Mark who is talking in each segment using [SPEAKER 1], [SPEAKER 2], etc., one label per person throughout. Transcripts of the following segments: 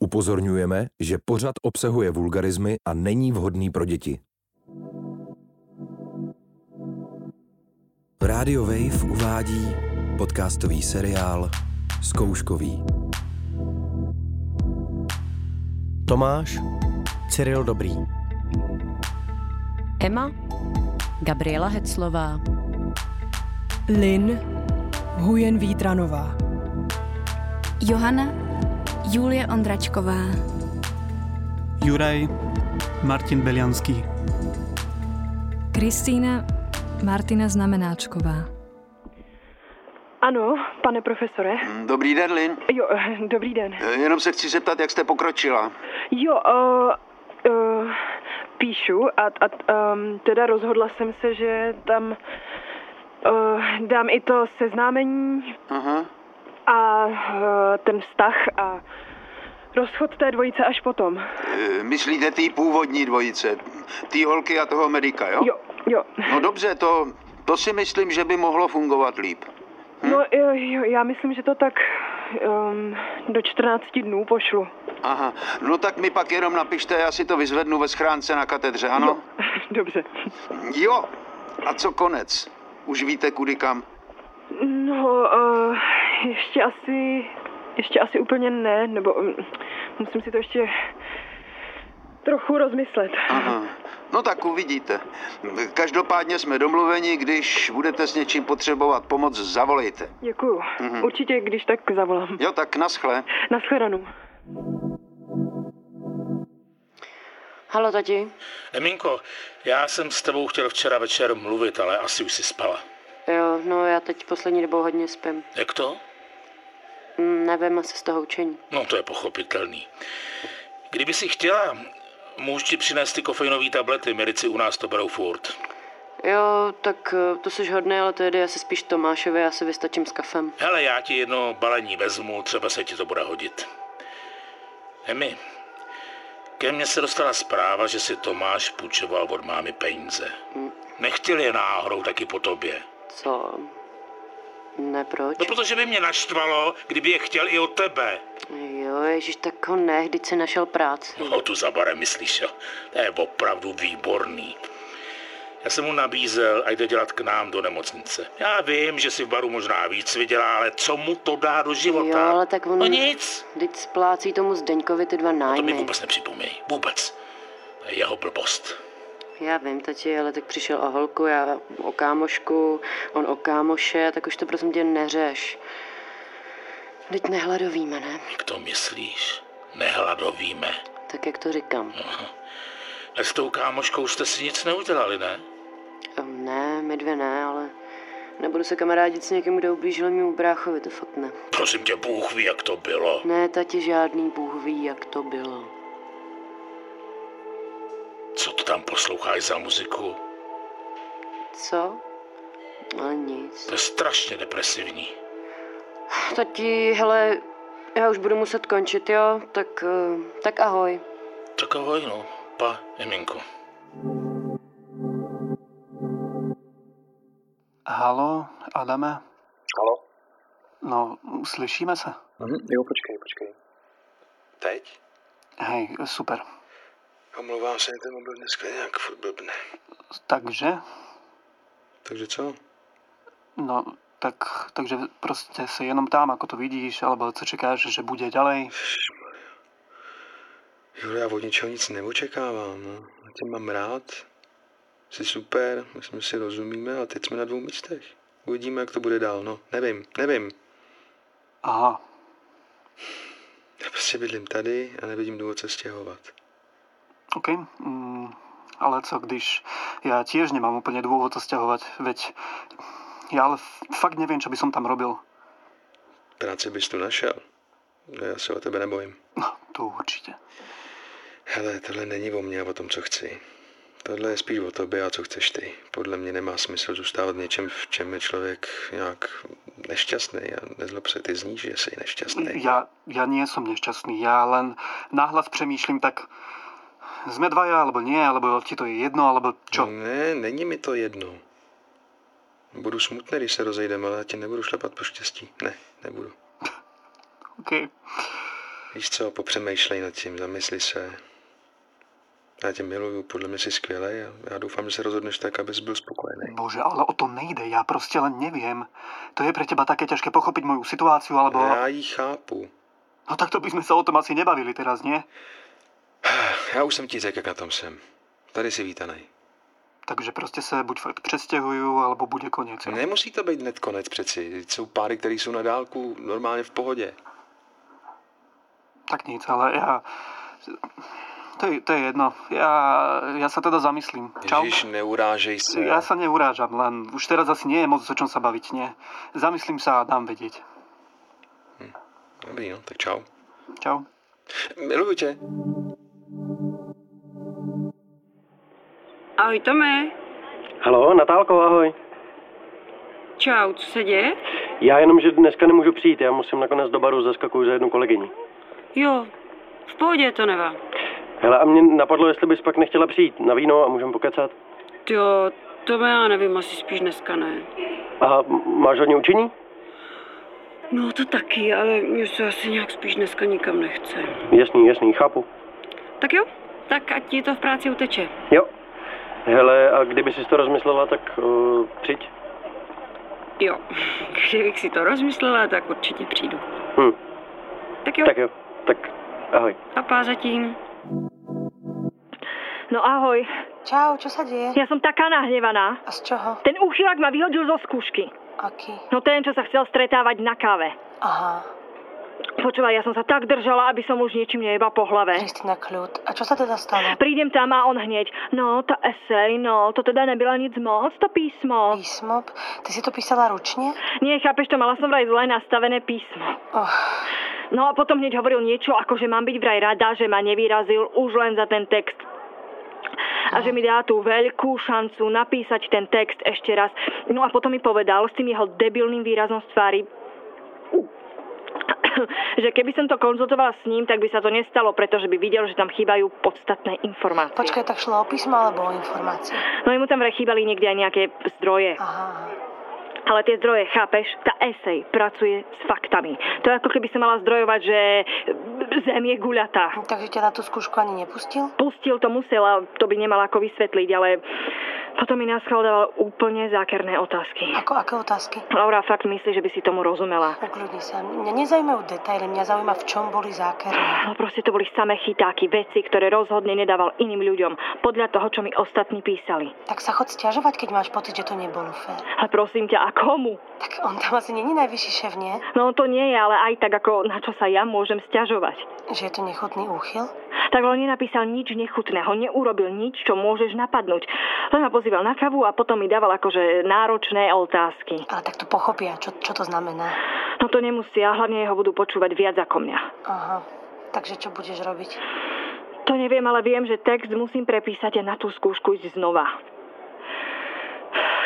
[SPEAKER 1] Upozorňujeme, že pořad obsahuje vulgarizmy a není vhodný pro děti. Radio Wave uvádí podcastový seriál Zkouškový.
[SPEAKER 2] Tomáš, Cyril Dobrý.
[SPEAKER 3] Emma, Gabriela Heclová, Lin,
[SPEAKER 4] Hujen Vítranová,
[SPEAKER 5] Johana, Julie Ondračková,
[SPEAKER 6] Juraj, Martin Belianský,
[SPEAKER 7] Kristýna Martina Znamenáčková.
[SPEAKER 8] Ano, pane profesore.
[SPEAKER 9] Dobrý den, Lin.
[SPEAKER 8] Jo, eh, dobrý den.
[SPEAKER 9] Eh, Jenom se chci zeptat, jak jste pokročila.
[SPEAKER 8] Jo, uh, uh, píšu a, a um, teda rozhodla jsem se, že tam uh, dám i to seznámení
[SPEAKER 9] Aha.
[SPEAKER 8] a uh, ten vztah a rozchod té dvojice až potom.
[SPEAKER 9] Eh, Myslíte tý původní dvojice? Tý holky a toho medika, jo?
[SPEAKER 8] Jo, jo.
[SPEAKER 9] No dobře, to, to si myslím, že by mohlo fungovat líp.
[SPEAKER 8] No, jo, jo, já myslím, že to tak um, do 14 dnů pošlu.
[SPEAKER 9] Aha, no tak mi pak jenom napište, já si to vyzvednu ve schránce na katedře, ano?
[SPEAKER 8] No, Dobře.
[SPEAKER 9] Jo. A co konec? Už víte, kudy kam?
[SPEAKER 8] No, uh, ještě asi, ještě asi úplně ne, nebo mm, musím si to ještě trochu rozmyslet.
[SPEAKER 9] Aha. No tak uvidíte. Každopádně jsme domluveni, když budete s něčím potřebovat pomoc, zavolejte.
[SPEAKER 8] Děkuju.
[SPEAKER 9] Mhm.
[SPEAKER 8] Určitě, když tak zavolám.
[SPEAKER 9] Jo, tak naschle.
[SPEAKER 8] Naschledanou.
[SPEAKER 10] Halo, tati.
[SPEAKER 11] Eminko, já jsem s tebou chtěl včera večer mluvit, ale asi už si spala.
[SPEAKER 10] Jo, no já teď poslední dobou hodně spím.
[SPEAKER 11] Jak to?
[SPEAKER 10] Mm, Nevím asi z toho učení.
[SPEAKER 11] No to je pochopitelný. Kdyby si chtěla, můžu ti přinést ty kofeinové tablety, medici u nás to berou furt.
[SPEAKER 10] Jo, tak eh, to jsi hodný, ale to jde asi spíš Tomášovi, já si vystačím s kafem.
[SPEAKER 11] Hele, já ti jedno balení vezmu, třeba se ti to bude hodit. Emi, ke mně se dostala zpráva, že si Tomáš půjčoval od mámy peníze. Nechtěl je náhodou taky po tobě.
[SPEAKER 10] Co? Ne, proč?
[SPEAKER 11] No protože by mě naštvalo, kdyby je chtěl i od tebe.
[SPEAKER 10] Jo, ježíš, tak ho ne, když si našel práci.
[SPEAKER 11] No, tu za barem myslíš, jo. To je opravdu výborný. Já jsem mu nabízel, ať jde dělat k nám do nemocnice. Já vím, že si v baru možná víc vydělá, ale co mu to dá do
[SPEAKER 10] Jo,
[SPEAKER 11] života?
[SPEAKER 10] ale tak on...
[SPEAKER 11] No nic. No
[SPEAKER 10] Teď splácí tomu Zdeňkovi ty dva
[SPEAKER 11] To mi
[SPEAKER 10] nájmy.
[SPEAKER 11] vůbec nepřipomínej. Vůbec. To je jeho blbost.
[SPEAKER 10] Já vím, tati, ale tak přišel o holku, já o kámošku, on o kámoše, tak už to prosím tě neřeš. Teď nehladovíme, ne?
[SPEAKER 11] Jak to myslíš? Nehladovíme.
[SPEAKER 10] Tak jak to říkám.
[SPEAKER 11] A s tou kámoškou jste si nic neudělali, ne?
[SPEAKER 10] Ehm, Ne, my dvě ne, ale nebudu se kamarádit s někým, kdo ublížil mému bráchovi, to fakt ne.
[SPEAKER 11] Prosím tě, Bůh ví, jak to bylo.
[SPEAKER 10] Ne, tati, žádný Bůh ví, jak to bylo.
[SPEAKER 11] Co to tam posloucháš za muziku?
[SPEAKER 10] Co? Ale No, nic.
[SPEAKER 11] To je strašně depresivní.
[SPEAKER 10] Tati, hele, já už budu muset končit, jo? Tak, eh, tak ahoj.
[SPEAKER 11] Tak ahoj, no. Pa, Eminko.
[SPEAKER 6] Halo, Adame.
[SPEAKER 12] Halo?
[SPEAKER 6] No, slyšíme se.
[SPEAKER 12] Mhm, jo, počkej, počkej. Teď?
[SPEAKER 6] Hej, super.
[SPEAKER 12] Omlouvám se, ten mobil dneska nějak furt blbne.
[SPEAKER 6] Takže?
[SPEAKER 12] Takže co?
[SPEAKER 6] No, tak, takže prostě se jenom tam, ako to vidíš, alebo co čekáš, že bude ďalej.
[SPEAKER 12] Jo, já od ničeho nic neočekávám, no. Já tě mám rád. Jsi super, my jsme si rozumíme a teď jsme na dvou místech. Uvidíme, jak to bude dál, no. Nevím, nevím.
[SPEAKER 6] Aha,
[SPEAKER 12] Já prostě bydlím tady a nevidím důvod se stěhovat.
[SPEAKER 6] OK. Mm, ale co když? Ja tiež nemám úplne dôvod to stiahovať, veď ja ale f- fakt neviem, čo by som tam robil.
[SPEAKER 12] Práci bys tu našel. No, já se o tebe nebojím.
[SPEAKER 6] No, to určite.
[SPEAKER 12] Hele, tohle není o mně a o tom, co chci. Tohle je spíš o tobě a co chceš ty. Podle mě nemá smysl zůstávat v něčem, v čem je člověk nějak nešťastný a nezlob se ty zní, že jsi nešťastný.
[SPEAKER 6] Ja, ja nie som nešťastný, ja len náhlas přemýšlím tak, sme dvaja alebo nie, alebo ti to je jedno, alebo No, čo?
[SPEAKER 12] Ne, není mi to jedno. Budu smutný, když se rozejdeme, ale já ti nebudu šlapat po štěstí. Ne, nebudu.
[SPEAKER 6] OK.
[SPEAKER 12] Víš co, popřemýšlej nad tím, zamysli se. Já tě miluju, podle mě jsi skvělý a já doufám, že se rozhodneš tak, abys byl spokojený.
[SPEAKER 6] Bože, ale o to nejde, já prostě len nevím. To je pre teba také ťažké pochopit moju situáciu, alebo...
[SPEAKER 12] Já ji chápu.
[SPEAKER 6] No tak to bychom se o tom asi nebavili teraz, nie?
[SPEAKER 12] Já už jsem ti řekl, jak na tom jsem. Tady si vítanej.
[SPEAKER 6] Takže prostě se buď fakt přestěhuju, alebo bude konec. jo?
[SPEAKER 12] Nemusí to být hned konec přeci. Vždyť Jsou páry, které jsou na dálku normálně v pohodě.
[SPEAKER 6] Tak nic, ale já... To je, to je jedno. Já, já se teda zamyslím. Čau.
[SPEAKER 12] Ježíš, neurážej se.
[SPEAKER 6] Já se neurážam, len už teraz asi nie je moc o čem se bavit, nie? Zamyslím se a dám vědět.
[SPEAKER 12] Dobrý, no, tak čau.
[SPEAKER 6] Čau.
[SPEAKER 12] Miluju tě.
[SPEAKER 13] Ahoj Tome,
[SPEAKER 2] Halo, Natálko, ahoj.
[SPEAKER 13] čau, co se děje?
[SPEAKER 2] Já jenom, že dneska nemůžu přijít, já musím nakonec do baru, zaskakuju za jednu kolegyni.
[SPEAKER 13] Jo, v pohodě to nevá.
[SPEAKER 2] Hele, a mě napadlo, jestli bys pak nechtěla přijít na víno a můžeme pokecat.
[SPEAKER 13] Jo, to já nevím, asi spíš dneska ne.
[SPEAKER 2] A m- máš hodně učení?
[SPEAKER 13] No to taky, ale mě se asi nějak spíš dneska nikam nechce.
[SPEAKER 2] Jasný, jasný, chápu.
[SPEAKER 13] Tak jo, tak ať ti to v práci uteče.
[SPEAKER 2] Jo. Hele, a kdyby si to rozmyslela, tak uh, přijď.
[SPEAKER 13] Jo, kdybych si to rozmyslela, tak určitě přijdu.
[SPEAKER 2] Hm.
[SPEAKER 13] Tak jo.
[SPEAKER 2] Tak jo, tak ahoj.
[SPEAKER 13] A pá zatím.
[SPEAKER 14] No ahoj.
[SPEAKER 15] Čau, čo sa deje?
[SPEAKER 14] Ja som taká nahnevaná.
[SPEAKER 15] A z čoho?
[SPEAKER 14] Ten úchylak ma vyhodil zo skúšky.
[SPEAKER 15] Aký?
[SPEAKER 14] No ten, čo sa chcel stretávať na káve.
[SPEAKER 15] Aha.
[SPEAKER 14] Počúvaj, ja som sa tak držala, aby som už niečím nejeba po hlave.
[SPEAKER 15] Kristina, kľud. A čo sa teda stalo?
[SPEAKER 14] Prídem tam a on hneď. No, tá esej, no, to teda nebyla nic moc, to písmo.
[SPEAKER 15] Písmo? Ty si to písala ručne?
[SPEAKER 14] Nie, chápeš to, mala som vraj zle nastavené písmo.
[SPEAKER 15] Oh.
[SPEAKER 14] No a potom hneď hovoril niečo, ako že mám byť vraj rada, že ma nevyrazil už len za ten text. A že mi dá tú veľkú šancu napísať ten text ešte raz. No a potom mi povedal s tým jeho debilným výrazom z tvári, že keby som to konzultovala s ním, tak by sa to nestalo, pretože by videl, že tam chýbajú podstatné informácie.
[SPEAKER 15] Počkaj, tak šlo o písmo alebo o informáciu?
[SPEAKER 14] No jemu tam vraj chýbali niekde aj nejaké zdroje. Ale tie zdroje, chápeš? Tá esej pracuje s faktami. To je ako keby som mala zdrojovať, že zem je guľatá.
[SPEAKER 15] Takže ťa na tú skúšku ani nepustil?
[SPEAKER 14] Pustil to musela, to by nemala ako vysvetliť, ale potom mi naschaldával úplne zákerné otázky.
[SPEAKER 15] Ako, aké otázky?
[SPEAKER 14] Laura fakt myslí, že by si tomu rozumela.
[SPEAKER 15] Ukludni sa. Mňa nezajímajú detaily, mňa zaujíma, v čom boli zákerné.
[SPEAKER 14] No proste to boli samé chytáky, veci, ktoré rozhodne nedával iným ľuďom, podľa toho, čo mi ostatní písali.
[SPEAKER 15] Tak sa chod stiažovať, keď máš pocit, že to nebolo fér.
[SPEAKER 14] Ale prosím ťa, a komu?
[SPEAKER 15] Tak on tam asi není najvyšší šéf, nie?
[SPEAKER 14] No to nie je, ale aj tak ako na čo sa ja môžem stiažovať.
[SPEAKER 15] Že je to nechutný úchyl?
[SPEAKER 14] Tak on nenapísal nič nechutného, neurobil nič, čo môžeš napadnúť. Len ma pozýval na kavu a potom mi dával akože náročné otázky.
[SPEAKER 15] Ale tak to pochopia, čo, čo to znamená.
[SPEAKER 14] No to nemusia, hlavne ho budú počúvať viac ako mňa.
[SPEAKER 15] Aha. Takže čo budeš robiť?
[SPEAKER 14] To neviem, ale viem, že text musím prepísať a na tú skúšku ísť znova.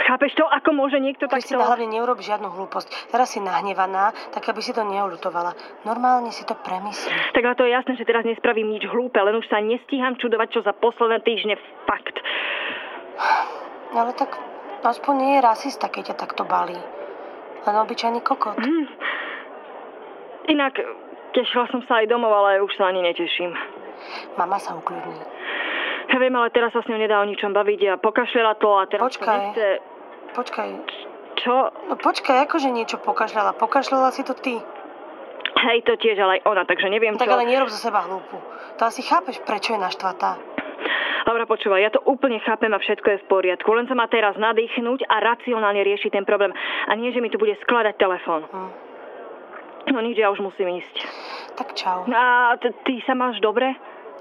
[SPEAKER 14] Chápeš to, ako môže niekto
[SPEAKER 15] Ty si
[SPEAKER 14] takto...
[SPEAKER 15] hlavne neurob žiadnu hlúposť. Teraz si nahnevaná, tak aby si to neolutovala. No. Normálne si to premyslí.
[SPEAKER 14] Tak ale to je jasné, že teraz nespravím nič hlúpe, len už sa nestíham čudovať, čo za posledné týždne fakt.
[SPEAKER 15] Ale tak aspoň nie je rasista, keď ťa takto balí. Len obyčajný kokot.
[SPEAKER 14] Mm. Inak tešila som sa aj domov, ale už sa ani neteším.
[SPEAKER 15] Mama sa ukľudní.
[SPEAKER 14] Ja viem, ale teraz sa s ňou nedá o ničom baviť a pokašľala to a teraz to
[SPEAKER 15] Počkaj.
[SPEAKER 14] nechce...
[SPEAKER 15] Počkaj.
[SPEAKER 14] Čo?
[SPEAKER 15] No počkaj, akože niečo pokašľala. Pokašľala si to ty.
[SPEAKER 14] Hej, to tiež, ale aj ona, takže neviem čo...
[SPEAKER 15] Tak ale nerob zo seba hlúpu. To asi chápeš, prečo je naštvatá.
[SPEAKER 14] Laura, počúvaj, ja to úplne chápem a všetko je v poriadku. Len sa má teraz nadýchnúť a racionálne riešiť ten problém. A nie, že mi tu bude skladať telefón.
[SPEAKER 15] Hm.
[SPEAKER 14] No nič, ja už musím ísť.
[SPEAKER 15] Tak čau.
[SPEAKER 14] A t- ty sa máš dobre?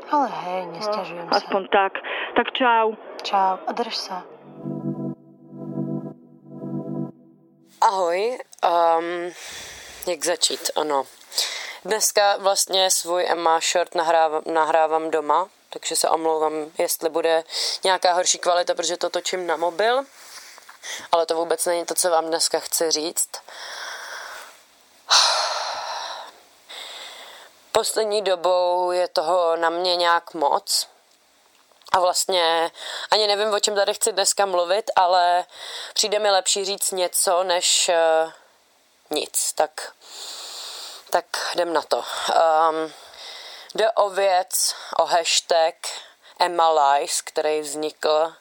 [SPEAKER 14] No,
[SPEAKER 15] Ale hej, nesťažujem sa.
[SPEAKER 14] Aspoň tak. Tak čau.
[SPEAKER 15] Čau a drž sa.
[SPEAKER 10] Ahoj, um, jak začít, ano. Dneska vlastně svůj Emma Short nahrávám, nahrávám doma, takže se omlouvám, jestli bude nějaká horší kvalita, protože to točím na mobil. Ale to vůbec není to, co vám dneska chci říct. Poslední dobou je toho na mě nějak moc. A vlastně ani nevím, o čem tady chci dneska mluvit, ale přijde mi lepší říct něco, než eh, nic. Tak, tak jdem na to. Um, Jde o věc, o hashtag Emma Lies, který vznikl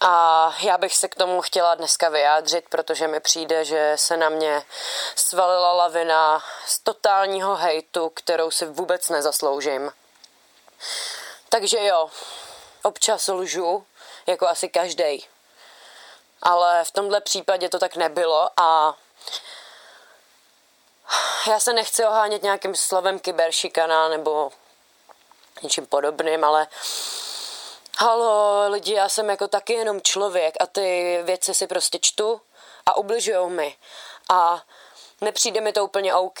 [SPEAKER 10] a já bych se k tomu chtěla dneska vyjádřit, protože mi přijde, že se na mě svalila lavina z totálního hejtu, kterou si vůbec nezasloužím. Takže jo, občas lžu, jako asi každý. Ale v tomhle případě to tak nebylo a já se nechci ohánět nějakým slovem kyberšikana nebo něčím podobným, ale halo lidi, já jsem jako taky jenom člověk a ty věci si prostě čtu a ubližujou mi. A nepřijde mi to úplně OK.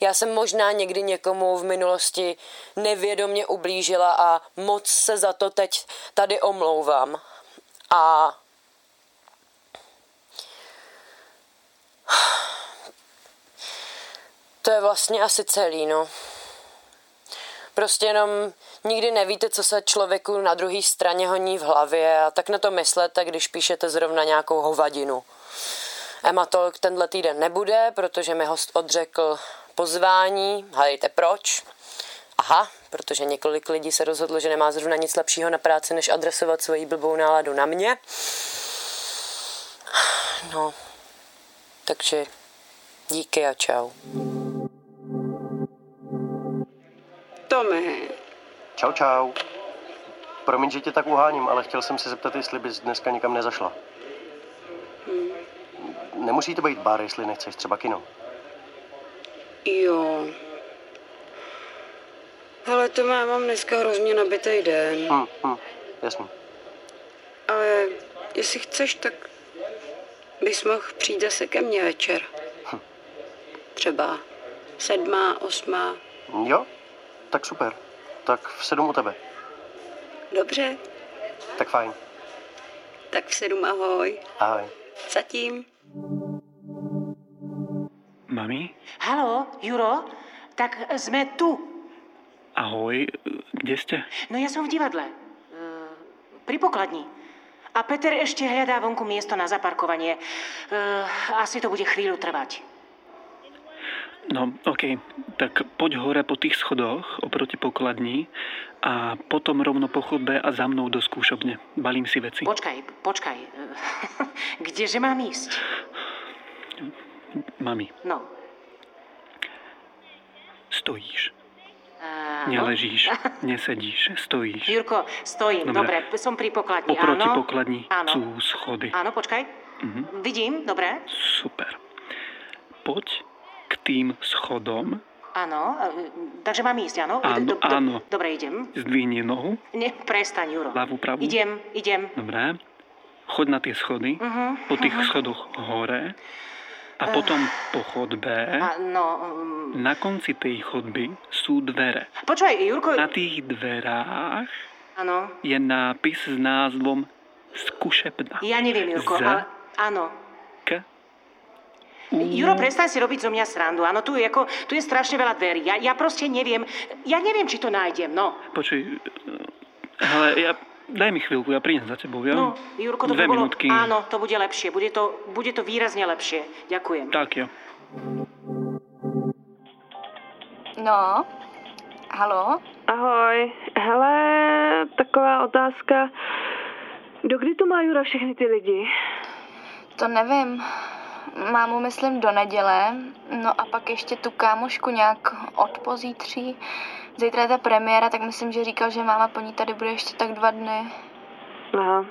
[SPEAKER 10] Já jsem možná někdy někomu v minulosti nevědomně ublížila a moc se za to teď tady omlouvám. A to je vlastně asi celý, no. Prostě jenom nikdy nevíte, co se člověku na druhé straně honí v hlavě a tak na to myslete, když píšete zrovna nějakou hovadinu. Emma Talk tenhle týden nebude, protože mi host odřekl pozvání. Hledejte proč. Aha, protože několik lidí se rozhodlo, že nemá zrovna nic lepšího na práci, než adresovat svoji blbou náladu na mě. No, takže díky a čau.
[SPEAKER 13] Tome,
[SPEAKER 2] Čau, čau. Promiň, že tě tak uháním, ale chtěl jsem se zeptat, jestli bys dneska nikam nezašla.
[SPEAKER 13] Hm.
[SPEAKER 2] Nemusí to být bar, jestli nechceš třeba kino.
[SPEAKER 13] jo. Hele, to má, mám dneska hrozně nabitý den.
[SPEAKER 2] Hm, hm, jasný.
[SPEAKER 13] Ale jestli chceš, tak bys mohl přijít zase ke mně večer.
[SPEAKER 2] Hm.
[SPEAKER 13] Třeba sedmá, osmá.
[SPEAKER 2] Jo, tak super. Tak v sedm u tebe.
[SPEAKER 13] Dobře,
[SPEAKER 2] Tak fajn.
[SPEAKER 13] tak v sedm ahoj.
[SPEAKER 2] Ahoj.
[SPEAKER 13] Zatím.
[SPEAKER 7] Mami?
[SPEAKER 16] Halo, Juro, tak jsme tu.
[SPEAKER 7] Ahoj, kde jste?
[SPEAKER 16] No ja som v divadle. E, pri pokladni. A Peter ešte hľadá vonku miesto na zaparkovanie. E, asi to bude chvíľu trvať.
[SPEAKER 7] No, OK. Tak poď hore po tých schodoch oproti pokladní a potom rovno po chodbe a za mnou do skúšobne. Balím si veci.
[SPEAKER 16] Počkaj, počkaj. E, Kdeže mám ísť?
[SPEAKER 7] Mami,
[SPEAKER 16] No.
[SPEAKER 7] stojíš.
[SPEAKER 16] Áno.
[SPEAKER 7] Neležíš, nesedíš, stojíš.
[SPEAKER 16] Eh, no. Jurko, stojím,
[SPEAKER 7] Dobre.
[SPEAKER 16] dobre. Som pri pokladni,
[SPEAKER 7] Oproti
[SPEAKER 16] áno.
[SPEAKER 7] pokladní
[SPEAKER 16] Áno.
[SPEAKER 7] sú schody.
[SPEAKER 16] Áno, počkaj.
[SPEAKER 7] Mhm.
[SPEAKER 16] Vidím, dobre.
[SPEAKER 7] Super. Poď k tým schodom,
[SPEAKER 16] Áno, e, takže mám ísť, áno?
[SPEAKER 7] Áno,
[SPEAKER 16] Do- do-
[SPEAKER 7] áno.
[SPEAKER 16] Dobre, idem.
[SPEAKER 7] zdvihni nohu,
[SPEAKER 16] Ne, prestaň, Juro.
[SPEAKER 7] ľavú pravú.
[SPEAKER 16] Idem, idem.
[SPEAKER 7] Dobré. Choď na tie schody,
[SPEAKER 16] Mhm,
[SPEAKER 7] po tých
[SPEAKER 16] mhm.
[SPEAKER 7] schodoch hore a
[SPEAKER 16] Eh.
[SPEAKER 7] potom po chodbe.
[SPEAKER 16] A, no, mm,
[SPEAKER 7] Na konci tej chodby sú dvere.
[SPEAKER 16] počúvaj, Jurko,
[SPEAKER 7] Na tých dverách
[SPEAKER 16] áno,
[SPEAKER 7] je nápis s názvom Skúšebna.
[SPEAKER 16] ja neviem, Jurko,
[SPEAKER 7] Z-
[SPEAKER 16] ale áno.
[SPEAKER 7] K.
[SPEAKER 16] Juro, prestaň si robiť zo mňa srandu, áno, tu je, ako, tu je strašne veľa dverí, ja, ja proste neviem, ja neviem, či to nájdem, no.
[SPEAKER 7] Počuj, eh, hele, ja, daj mi chvíľku, ja prídem za tebou, ja?
[SPEAKER 16] No, Jurko, to by
[SPEAKER 7] Dve
[SPEAKER 16] bolo,
[SPEAKER 7] minútky.
[SPEAKER 16] áno, to bude lepšie, bude to, bude to výrazne lepšie, ďakujem.
[SPEAKER 7] Tak jo.
[SPEAKER 17] No, halo?
[SPEAKER 15] Ahoj, hele, taková otázka. Dokdy to má Jura všechny ty lidi?
[SPEAKER 17] To nevím. Mám myslím do neděle, no a pak ještě tu kámošku nějak od pozítří. Zítra je ta premiéra, tak myslím, že říkal, že máma po ní tady bude ještě tak dva dny.
[SPEAKER 15] Aha,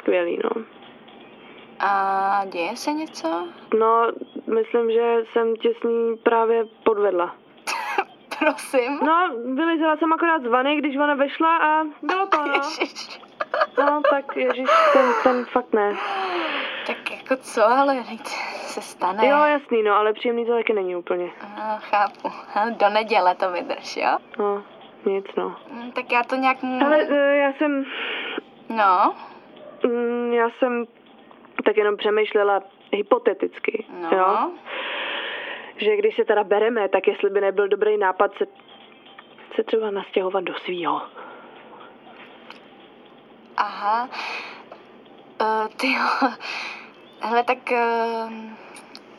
[SPEAKER 15] skvělý, no.
[SPEAKER 17] A děje se něco?
[SPEAKER 15] No, myslím, že jsem tě s ní právě podvedla.
[SPEAKER 17] Prosím?
[SPEAKER 15] No, vylizela jsem akorát z vany, když ona vešla a bylo to, no. No, tak ježiš, ten, ten fakt ne.
[SPEAKER 17] Tak jako co, ale teď se stane.
[SPEAKER 15] Jo, jasný, no, ale příjemný to taky není úplně.
[SPEAKER 17] No, chápu. Hele, Do neděle to vydrž, jo?
[SPEAKER 15] No, nic, no.
[SPEAKER 17] Mm, Tak já to nějak... mu-
[SPEAKER 15] Ale eh, já jsem...
[SPEAKER 17] No?
[SPEAKER 15] Mm, Já jsem tak jenom přemýšlela hypoteticky,
[SPEAKER 17] No.
[SPEAKER 15] jo? Že když se teda bereme, tak jestli by nebyl dobrý nápad se, se třeba nastěhovat do svýho.
[SPEAKER 18] Eh,
[SPEAKER 17] Aha. Uh, ty jo. Hele, tak uh,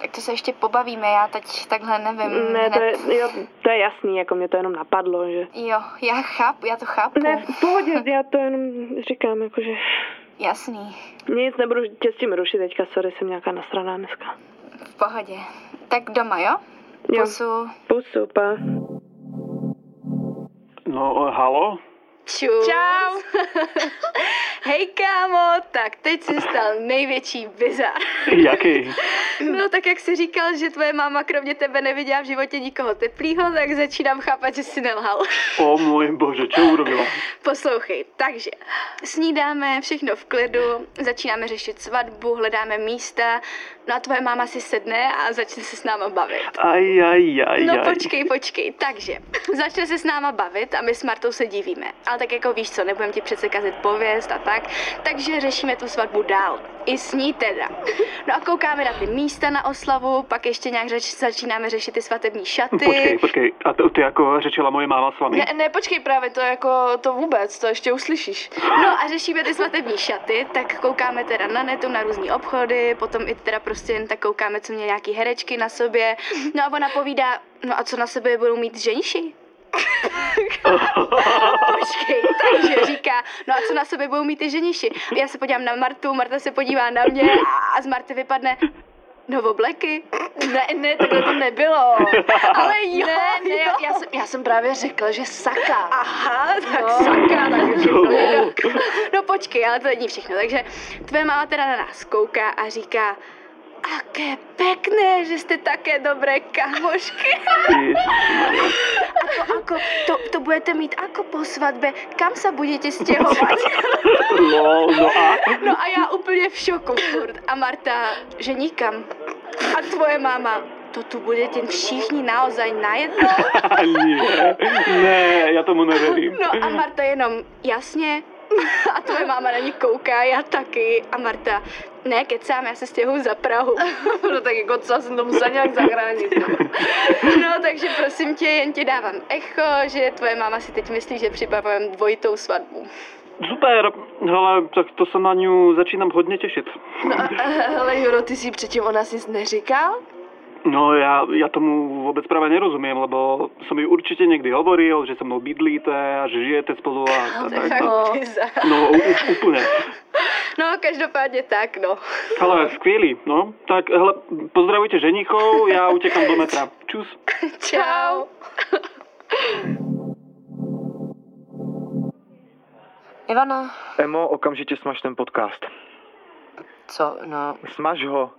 [SPEAKER 18] Tak to se ještě pobavíme, já teď takhle nevím.
[SPEAKER 15] Mm, Ne, to
[SPEAKER 18] hned.
[SPEAKER 15] je, jo, to je jasný, jako mě to jenom napadlo, že...
[SPEAKER 18] Jo, já chápu, já to chápu.
[SPEAKER 15] Ne, v pohodě, já to jenom říkám, jakože...
[SPEAKER 18] Jasný,
[SPEAKER 15] Nic, nebudu tě s tím rušit teďka, sorry, jsem nějaká nasraná dneska.
[SPEAKER 18] v pohodě. Tak doma, jo?
[SPEAKER 15] Jo.
[SPEAKER 18] Pusu.
[SPEAKER 15] Pusu, pa.
[SPEAKER 19] No, eh, halo?
[SPEAKER 17] Čus. Čau. Hej kámo, tak teď se stal největší bizar.
[SPEAKER 19] Jaký?
[SPEAKER 17] No tak jak jsi říkal, že tvoje máma kromě tebe neviděla v životě nikoho teplýho, tak začínám chápat, že jsi nelhal.
[SPEAKER 19] O můj bože, co urobila?
[SPEAKER 17] Poslouchej, takže snídáme všechno v klidu, začínáme řešit svatbu, hledáme místa, no a tvoje máma si sedne a začne se s náma bavit.
[SPEAKER 19] Aj, aj, aj,
[SPEAKER 17] No
[SPEAKER 19] aj.
[SPEAKER 17] počkej, počkej, takže začne se s náma bavit a my s Martou se divíme. Ale tak jako víš co, nebudem ti přece kazit pověst a tak, takže řešíme tu svatbu dál. I s ní teda. No a koukáme na ty místa na oslavu, pak ještě nějak řeč, začínáme řešit ty svatební šaty.
[SPEAKER 19] Počkej, počkej, a to ty jako řečila moje máma s vami?
[SPEAKER 17] Ne, ne, počkej právě, to jako to vůbec, to ještě uslyšíš. No a řešíme ty svatební šaty, tak koukáme teda na netu, na různé obchody, potom i teda prostě jen tak koukáme, co mě nějaký herečky na sobě. No a ona povídá, no a co na sobě budou mít ženiši? Počkej, takže říká, no a co na sobě budou mít ty ženiši? Já se podívám na Martu, Marta se podívá na mě a, a z Marty vypadne, No v obleky? Ne, ne, takhle to nebylo. Ale jo,
[SPEAKER 20] Ne, ne,
[SPEAKER 17] jo. Já, jsem, já jsem právě řekla, že saka. Aha, tak no. saka, tak všechno. No počkej, ale to není všechno. Takže tvoje máma teda na nás kouká a říká, aké pekné, že jste také dobré kamošky. Ako, ako, to, to budete mít ako po svatbě, kam se budete stěhovat?
[SPEAKER 19] No, no a?
[SPEAKER 17] No a já úplně v šoku furt. A Marta, že nikam. A tvoje máma, to tu budete všichni naozaj najednou?
[SPEAKER 19] ne, ne, já tomu neverím.
[SPEAKER 17] No a Marta jenom, jasně. A tvoje máma na ní kouká, já taky. A Marta, ne, kecám, já se stěhuju za Prahu. no tak jako co, jsem to musela nějak zachránit. no takže prosím tě, jen ti dávám echo, že tvoje máma si teď myslí, že připravujeme dvojitou svatbu.
[SPEAKER 19] Super, hele, tak to se na ní začínám hodně těšit.
[SPEAKER 17] No a- a- ale Juro, ty si předtím o nás nic neříkal?
[SPEAKER 19] No já, já tomu vůbec právě nerozumím, lebo som ji určitě někdy hovoril, že se mnou bydlíte a že žijete spolu a, a tak. A,
[SPEAKER 17] No.
[SPEAKER 19] no, u- úplně.
[SPEAKER 17] no, každopádně tak, no.
[SPEAKER 19] Hele, skvělý, no. Tak, hele, pozdravujte ženichov, já utěkám do metra. Čus.
[SPEAKER 17] Čau.
[SPEAKER 10] Ivana,
[SPEAKER 21] Emo, okamžitě smaž ten podcast.
[SPEAKER 10] co? No,
[SPEAKER 21] Smaž ho.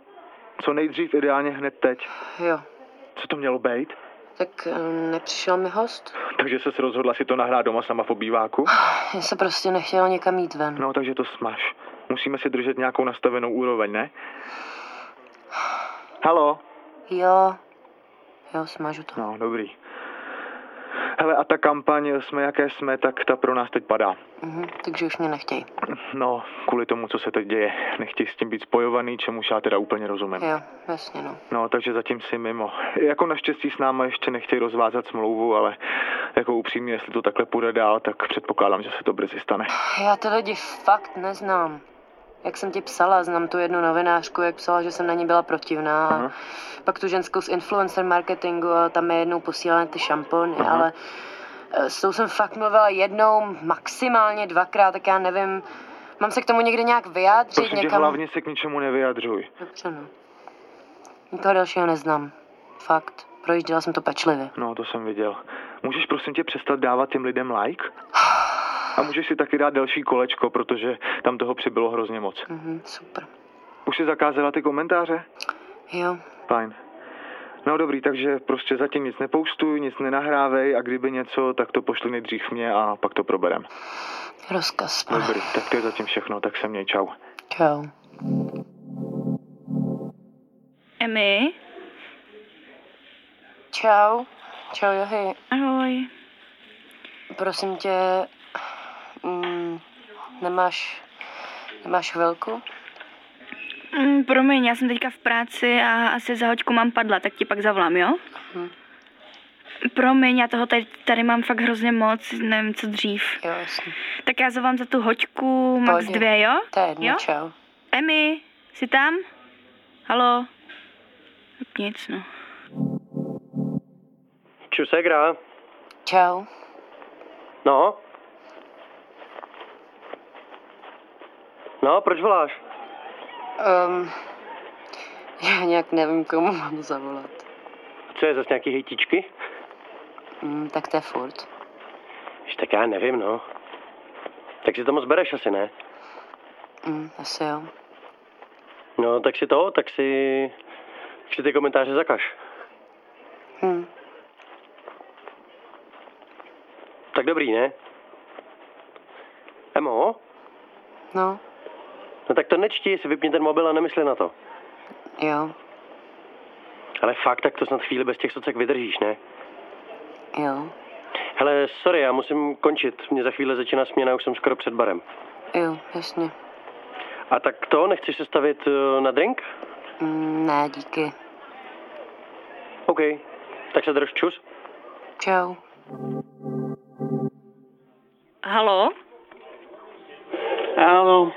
[SPEAKER 21] Co nejdřív, ideálně hned teď.
[SPEAKER 10] jo.
[SPEAKER 21] Co to mělo být?
[SPEAKER 10] Tak eh, nepřišel mi host.
[SPEAKER 21] Takže se rozhodla si to nahrát doma sama v obýváku?
[SPEAKER 10] Já se prostě nechtěla někam jít ven.
[SPEAKER 21] No, takže to smaž. Musíme si držet nějakou nastavenou úroveň, ne? Halo?
[SPEAKER 10] Jo. Jo, smažu to.
[SPEAKER 21] No, dobrý. Hele, a ta kampaň Jsme jaké jsme, tak ta pro nás teď padá.
[SPEAKER 10] Mhm, takže už mě nechtějí.
[SPEAKER 21] No, kvůli tomu, co se teď děje. Nechtějí s tím být spojovaný, čemuž já teda úplně rozumím.
[SPEAKER 10] Jo, jasně no.
[SPEAKER 21] No, takže zatím si mimo. Jako naštěstí s náma ještě nechtějí rozvázat smlouvu, ale jako upřímně, jestli to takhle půjde dál, tak předpokládám, že se to brzy stane.
[SPEAKER 10] Já ty lidi fakt neznám. Jak jsem ti psala, znám tu jednu novinářku, jak psala, že jsem na ní byla protivná. A pak tu ženskou z influencer marketingu a tam mi jednou posílala ty šampony,
[SPEAKER 21] Aha.
[SPEAKER 10] ale eh, s tou jsem fakt mluvila jednou, maximálně dvakrát, tak já nevím. Mám se k tomu někdy nějak vyjádřit?
[SPEAKER 21] Prosím tě,
[SPEAKER 10] někam?
[SPEAKER 21] hlavně se k ničemu nevyjadřuj.
[SPEAKER 10] Dobře, no. Nikoho dalšího neznám. Fakt. Projížděla jsem to pečlivě.
[SPEAKER 21] No, to jsem viděl. Můžeš prosím tě přestat dávat těm lidem like? A můžeš si taky dát další kolečko, protože tam toho přibylo hrozně moc.
[SPEAKER 10] Mhm, super.
[SPEAKER 21] Už jsi zakázala ty komentáře?
[SPEAKER 10] Jo.
[SPEAKER 21] Fajn. No dobrý, takže prostě zatím nic nepoustuj, nic nenahrávej a kdyby něco, tak to pošli nejdřív mě a pak to proberem.
[SPEAKER 10] Rozkaz.
[SPEAKER 21] Dobrý, tak to je zatím všechno, tak se měj, čau.
[SPEAKER 10] Čau.
[SPEAKER 20] Emmy?
[SPEAKER 10] Čau. Čau, Johy.
[SPEAKER 20] Ahoj.
[SPEAKER 10] Prosím tě, mm, nemáš, nemáš chvilku?
[SPEAKER 20] Mm, promiň, já jsem teďka v práci a asi za hoďku mám padla, tak ti pak zavolám, jo?
[SPEAKER 10] Mhm.
[SPEAKER 20] Promiň, já toho tady, tady mám fakt hrozně moc, nevím co dřív.
[SPEAKER 10] Jo, jasně.
[SPEAKER 20] Tak já zavolám za tu hoďku max
[SPEAKER 10] Pohodě.
[SPEAKER 20] dvě, jo?
[SPEAKER 10] To je jedno,
[SPEAKER 20] jo?
[SPEAKER 10] čau.
[SPEAKER 20] Emmy, jsi tam? Halo?
[SPEAKER 22] Nic, no.
[SPEAKER 2] Ču, segra.
[SPEAKER 10] Čau.
[SPEAKER 2] No? No, proč voláš?
[SPEAKER 10] Um, já nějak nevím, komu mám zavolat.
[SPEAKER 2] Co je zase nějaký hejtičky?
[SPEAKER 10] Mm, tak to je furt.
[SPEAKER 2] Jež, tak já nevím, no. Tak si to moc bereš asi, ne?
[SPEAKER 10] Mm, asi jo.
[SPEAKER 2] No, tak si to, tak si... Tak si ty komentáře zakaž.
[SPEAKER 10] Hm.
[SPEAKER 2] Tak dobrý, ne? Emo?
[SPEAKER 10] No,
[SPEAKER 2] No tak to nečti, si vypni ten mobil a nemysli na to.
[SPEAKER 10] jo,
[SPEAKER 2] Ale fakt, tak to snad chvíli bez těch socek vydržíš, ne?
[SPEAKER 10] jo,
[SPEAKER 2] Hele, sorry, já musím končit. Mě za chvíli začíná směna, už jsem skoro před barem.
[SPEAKER 10] jo, jasně.
[SPEAKER 2] A tak to, nechceš se stavit eh, na drink?
[SPEAKER 10] Mm, ne, díky.
[SPEAKER 2] OK, tak se drž, čus.
[SPEAKER 10] Čau.
[SPEAKER 16] Halo?
[SPEAKER 23] Áno,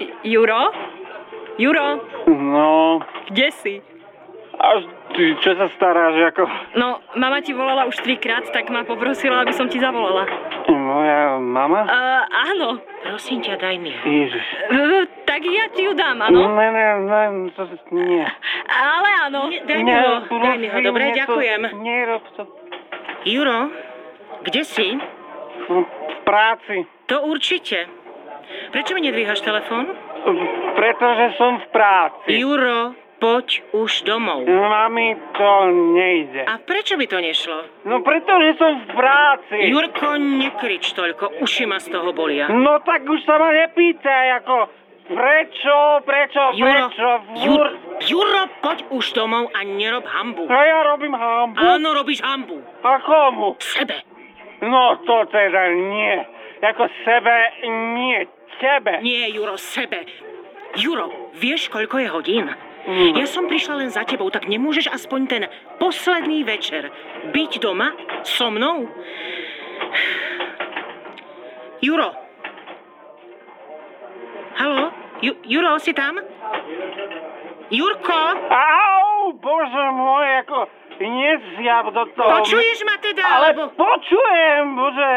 [SPEAKER 16] J- Juro? Juro,
[SPEAKER 23] no,
[SPEAKER 16] kde jsi?
[SPEAKER 23] až ty, čo sa staráš, ako...
[SPEAKER 16] No, mama ti volala už třikrát, tak ma poprosila, aby som ti zavolala.
[SPEAKER 23] Moja mama?
[SPEAKER 16] Uh, áno. Prosím ťa, daj mi ho.
[SPEAKER 23] Ježiš.
[SPEAKER 16] Uh, tak ja ti ju dám, áno?
[SPEAKER 23] Ne, ne, ne, to, nie.
[SPEAKER 16] Ale áno.
[SPEAKER 23] daj mi Ne, ho, daj mi ho, prosím, dobre, mne to- ďakujem.
[SPEAKER 16] Nerob to. Juro, kde si?
[SPEAKER 23] V práci.
[SPEAKER 16] To určite. Prečo mi nedvíhaš telefon?
[SPEAKER 23] Pretože som v práci.
[SPEAKER 16] Juro, poď už domov.
[SPEAKER 23] Mami, to nejde.
[SPEAKER 16] A prečo by to nešlo?
[SPEAKER 23] No pretože som v práci.
[SPEAKER 16] Jurko, nekrič toľko, uši ma z toho bolia.
[SPEAKER 23] No tak už sa ma nepýtaj, ako... Prečo, prečo,
[SPEAKER 16] Juro,
[SPEAKER 23] prečo,
[SPEAKER 16] Jur,
[SPEAKER 23] furt.
[SPEAKER 16] Juro, poď už domov a nerob hambu.
[SPEAKER 23] A ja robím hambu.
[SPEAKER 16] Áno, robíš hambu.
[SPEAKER 23] A komu?
[SPEAKER 16] Sebe.
[SPEAKER 23] No to teda nie. Jako sebe nie. Tebe.
[SPEAKER 16] Nie, Juro, sebe. Juro, vieš, koľko je hodín? Ja som prišla len za tebou, tak nemôžeš aspoň ten posledný večer byť doma so mnou? Juro. Halo? Ju, Juro, si tam? Jurko?
[SPEAKER 23] Au, bože môj, ako dnes ja do toho...
[SPEAKER 16] Počuješ ma teda,
[SPEAKER 23] Ale
[SPEAKER 16] alebo-
[SPEAKER 23] počujem, bože,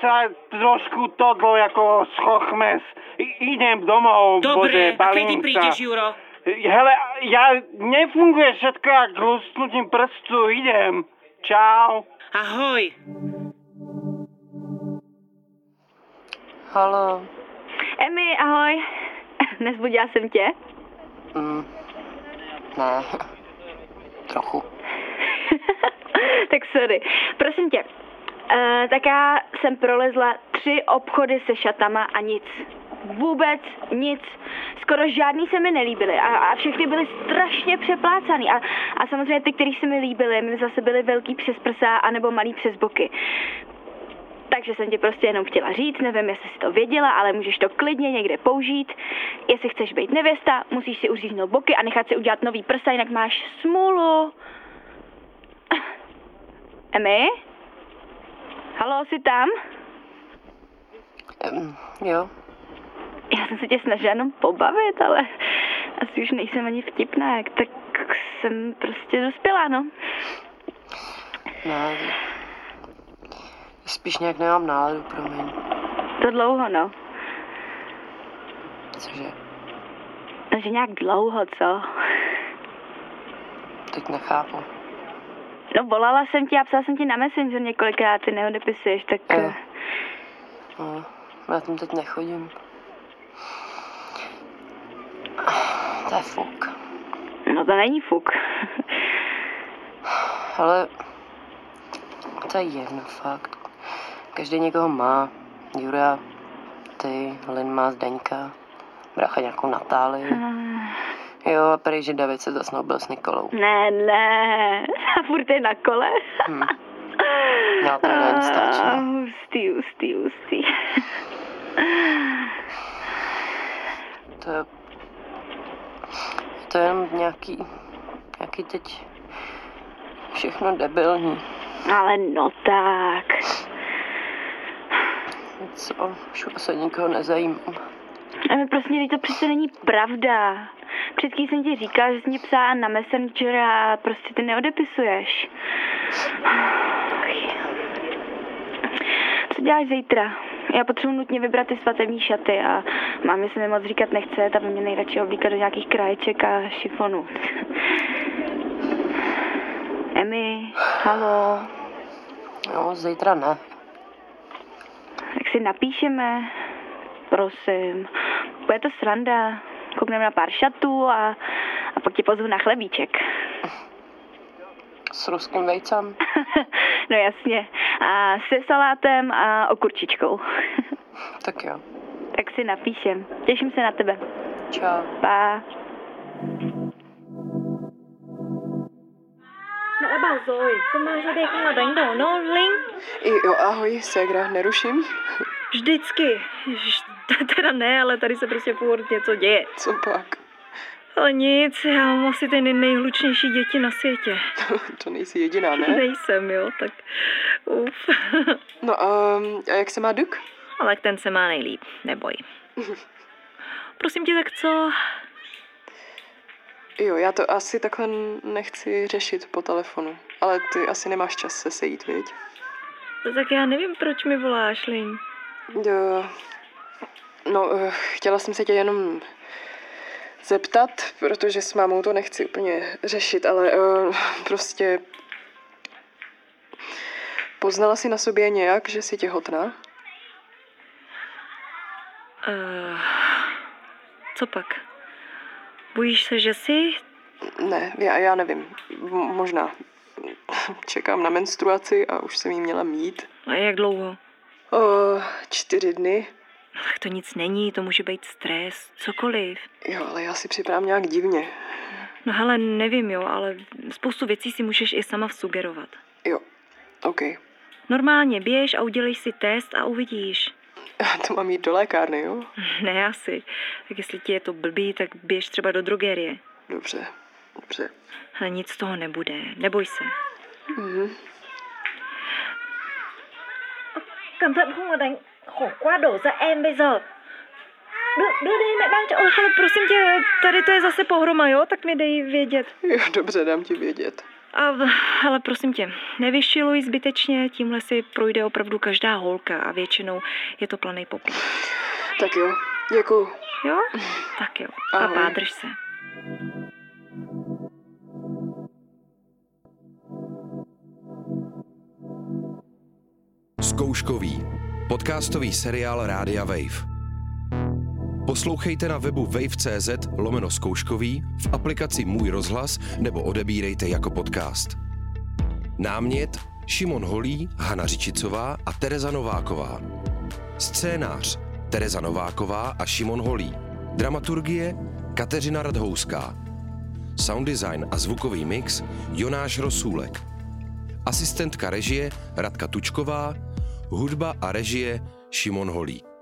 [SPEAKER 23] sa trošku todlo ako schochmes. I, idem domov,
[SPEAKER 16] Dobre,
[SPEAKER 23] bože,
[SPEAKER 16] a
[SPEAKER 23] balím
[SPEAKER 16] kedy
[SPEAKER 23] sa.
[SPEAKER 16] prídeš, Juro?
[SPEAKER 23] Hele, ja nefunguje všetko, ak lusknutím prstu, idem. Čau.
[SPEAKER 16] Ahoj.
[SPEAKER 10] Halo.
[SPEAKER 17] Emi, ahoj. Nezbudila jsem tě?
[SPEAKER 10] Mm. Ne. Trochu.
[SPEAKER 17] tak sorry. Prosím tě, uh, tak já jsem prolezla tři obchody se šatama a nic. Vůbec nic. Skoro žádný se mi nelíbily a, a všechny byly strašně přeplácaný. A, a samozřejmě ty, které se mi líbily, mi zase byly velký přes prsa anebo malý přes boky. Takže jsem ti prostě jenom chtěla říct, nevím, jestli jsi to věděla, ale můžeš to klidně někde použít. Jestli chceš být nevěsta, musíš si uříznout boky a nechat si udělat nový prsa, jinak máš smůlu. Emi? Halo, jsi tam?
[SPEAKER 10] Um, jo.
[SPEAKER 17] Já jsem se tě snažila jenom pobavit, ale asi už nejsem ani vtipná, jak tak jsem prostě dospělá, no.
[SPEAKER 10] Ne. Spíš nějak nemám náladu, promiň.
[SPEAKER 17] To dlouho, no.
[SPEAKER 10] Cože,
[SPEAKER 17] No, že nějak dlouho, co?
[SPEAKER 10] teď nechápu.
[SPEAKER 17] No, volala jsem ti a psala jsem ti na Messenger několikrát, ty neodepisuješ, tak...
[SPEAKER 10] Jo. No, já tam teď nechodím. To je fuk.
[SPEAKER 17] No to není fuk.
[SPEAKER 10] Ale to je jedno, fakt. Každý někoho má. Jura, ty, Lin má Zdeňka, brácha nějakou Natálii.
[SPEAKER 17] Ah.
[SPEAKER 10] Jo, a prý, že David se zasnoubil s Nikolou.
[SPEAKER 17] Ne, ne, a furt je na kole.
[SPEAKER 10] Hm. Já to není
[SPEAKER 17] Ah,
[SPEAKER 10] stačí.
[SPEAKER 17] Hustý, hustý, hustý.
[SPEAKER 10] To je... To je jenom nějaký... Nějaký teď... Všechno debilní.
[SPEAKER 17] Ale no tak.
[SPEAKER 10] Co? Už se nikoho nezajímám.
[SPEAKER 17] Ale prostě teď to přece není pravda. Předtím jsem ti říkala, že jsi mě psala na Messenger a prostě ty neodepisuješ. Co děláš zítra? Já potřebuji nutně vybrat ty svatební šaty a mámě se mi moc říkat nechce, ta by mě nejradši oblíká do nějakých kraječek a šifonů. Emi, halo,
[SPEAKER 10] No, zítra ne.
[SPEAKER 17] tak si napíšeme, prosím. Bude to sranda, koukneme na pár šatů a, a pak tě pozvu na chlebíček.
[SPEAKER 10] S ruským vejcem.
[SPEAKER 17] No jasně, a se salátem a okurčičkou.
[SPEAKER 10] Tak jo.
[SPEAKER 17] Tak si napíšem. Těším se na tebe.
[SPEAKER 10] Čau.
[SPEAKER 17] Pa.
[SPEAKER 1] Nó đã bảo rồi, con mang ra đây không là đánh đổ nó, Linh
[SPEAKER 24] I jo, ahoj, ségra, neruším?
[SPEAKER 1] Vždycky. Ježiš, t- Teda ne, ale tady se prostě furt něco děje.
[SPEAKER 24] Co pak?
[SPEAKER 1] Ale nic, já mám asi ty nej- nejhlučnější děti na světě.
[SPEAKER 24] To nejsi jediná, ne?
[SPEAKER 1] Nejsem, jo, tak uf.
[SPEAKER 24] No a, a jak se má Duk?
[SPEAKER 1] Ale ten se má nejlíp, neboj. Prosím tě, tak co?
[SPEAKER 24] Jo, já to asi takhle nechci řešit po telefonu. Ale ty asi nemáš čas se sejít, viď?
[SPEAKER 1] Tak já nevím, proč mi voláš, Lin.
[SPEAKER 24] Jo. No, eh, chtěla jsem se tě jenom zeptat, protože s mámou to nechci úplně řešit, ale eh, prostě poznala si na sobě nějak, že jsi těhotná?
[SPEAKER 1] Uh, co pak? Bojíš se, že jsi?
[SPEAKER 24] Ne, já, já nevím. M- možná. Čekám na menstruaci a už jsem ji měla mít.
[SPEAKER 1] A jak dlouho?
[SPEAKER 24] O, čtyři dny.
[SPEAKER 1] No, tak to nic není, to může být stres, cokoliv.
[SPEAKER 24] Jo, ale já si připadám nějak divně.
[SPEAKER 1] No hele, nevím jo, ale spoustu věcí si můžeš i sama sugerovat.
[SPEAKER 24] Jo, OK.
[SPEAKER 1] Normálně běž a udělej si test a uvidíš.
[SPEAKER 24] To mám jít do lékárny, jo?
[SPEAKER 1] Ne asi. Tak jestli ti je to blbý, tak běž třeba do drogerie.
[SPEAKER 24] Dobře, dobře.
[SPEAKER 1] Ale nic z toho nebude, neboj se.
[SPEAKER 24] Mhm.
[SPEAKER 1] Cẩn thận không mà đánh khổ qua đổ ra em bây giờ. Đưa, đưa đi mẹ đang cho... Ôi, hele, prosím tě, tady to je zase pohroma, jo? Tak mi dej vědět.
[SPEAKER 24] Jo, dobře, dám ti vědět.
[SPEAKER 1] A v- hele, prosím tě, nevyšiluj zbytečně, tímhle si projde opravdu každá holka a většinou je to planý poplach.
[SPEAKER 24] Tak jo, děkuju.
[SPEAKER 1] Jo? Tak jo. A
[SPEAKER 24] Ahoj.
[SPEAKER 1] pádrž se.
[SPEAKER 25] Zkouškový. Podcastový seriál Rádia Wave. Poslouchejte na webu wave.cz lomeno zkouškový, v aplikaci Můj rozhlas nebo odebírejte jako podcast. Námět Šimon Holí, Hana Řičicová a Tereza Nováková. Scénář Tereza Nováková a Šimon Holí. Dramaturgie Kateřina Radhouská. Sound design a zvukový mix Jonáš Rosůlek asistentka režie Radka Tučková, hudba a režie Šimon Holík.